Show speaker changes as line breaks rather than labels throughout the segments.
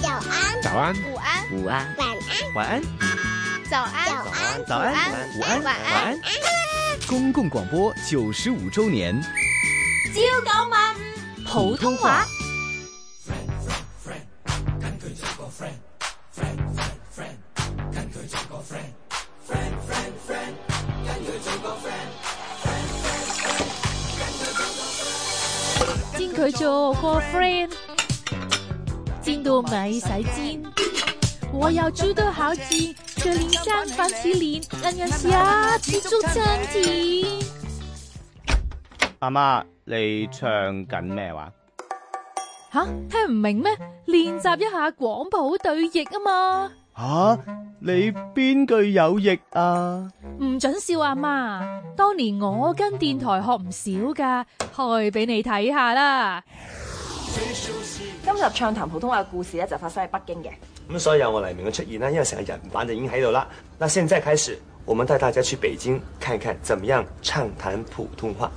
早安，
午安，
午安，
晚安，
晚安，
早安，
早安
早安，午安，
晚安
安。公共广播九十五周年，
朝九晚五普通话。
煎佢做個 friend，煎到咪洗煎。我又煮到好煎，再煉間粉絲練，人人試下知足真甜。
阿媽，你唱緊咩話？
吓，聽唔明咩？練習一下廣普對譯啊嘛，
吓，你邊句有譯啊？
唔准笑阿媽。當年我跟電台學唔少噶，開俾你睇下啦。
今集暢談普通話嘅故事咧，就發生喺北京嘅。
咁所以啊有我黎明嘅出現呢，因為成個人版就已經喺度啦。那現在開始，我們帶大家去北京看看，怎麼樣暢談普通話。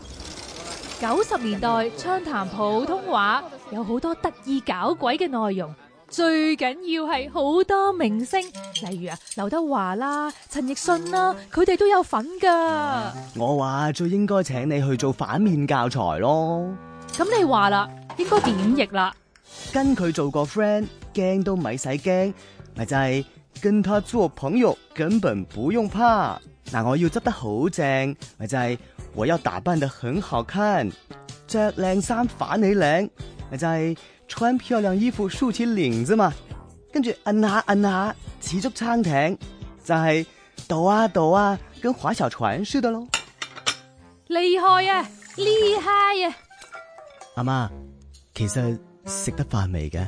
九十年代暢談普通話，有好多得意搞鬼嘅內容。最緊要係好多明星，例如啊劉德華啦、陳奕迅啦，佢哋都有份㗎。
我話最應該請你去做反面教材咯，
咁你話啦，應該點譯啦？
跟佢做個 friend，驚都咪使驚，咪就係跟他做朋友，根本不用怕。嗱，我要執得好正，咪就係我要打扮得很好看，着靚衫反起領，咪就係穿漂亮衣服豎起領子嘛。跟住摁下摁下，似足撐艇，就係、抖啊抖啊，跟划小船似的咯。
厲害啊，厲害啊！
阿媽，其實食得飯未嘅？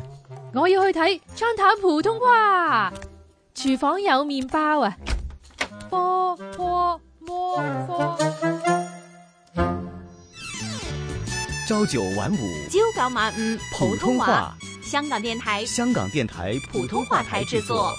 我要去睇暢談普通話，廚房有麵包啊！波波摸波，
朝九晚五，
朝九晚五普通话，香港电台
香港电台
普通话台制作。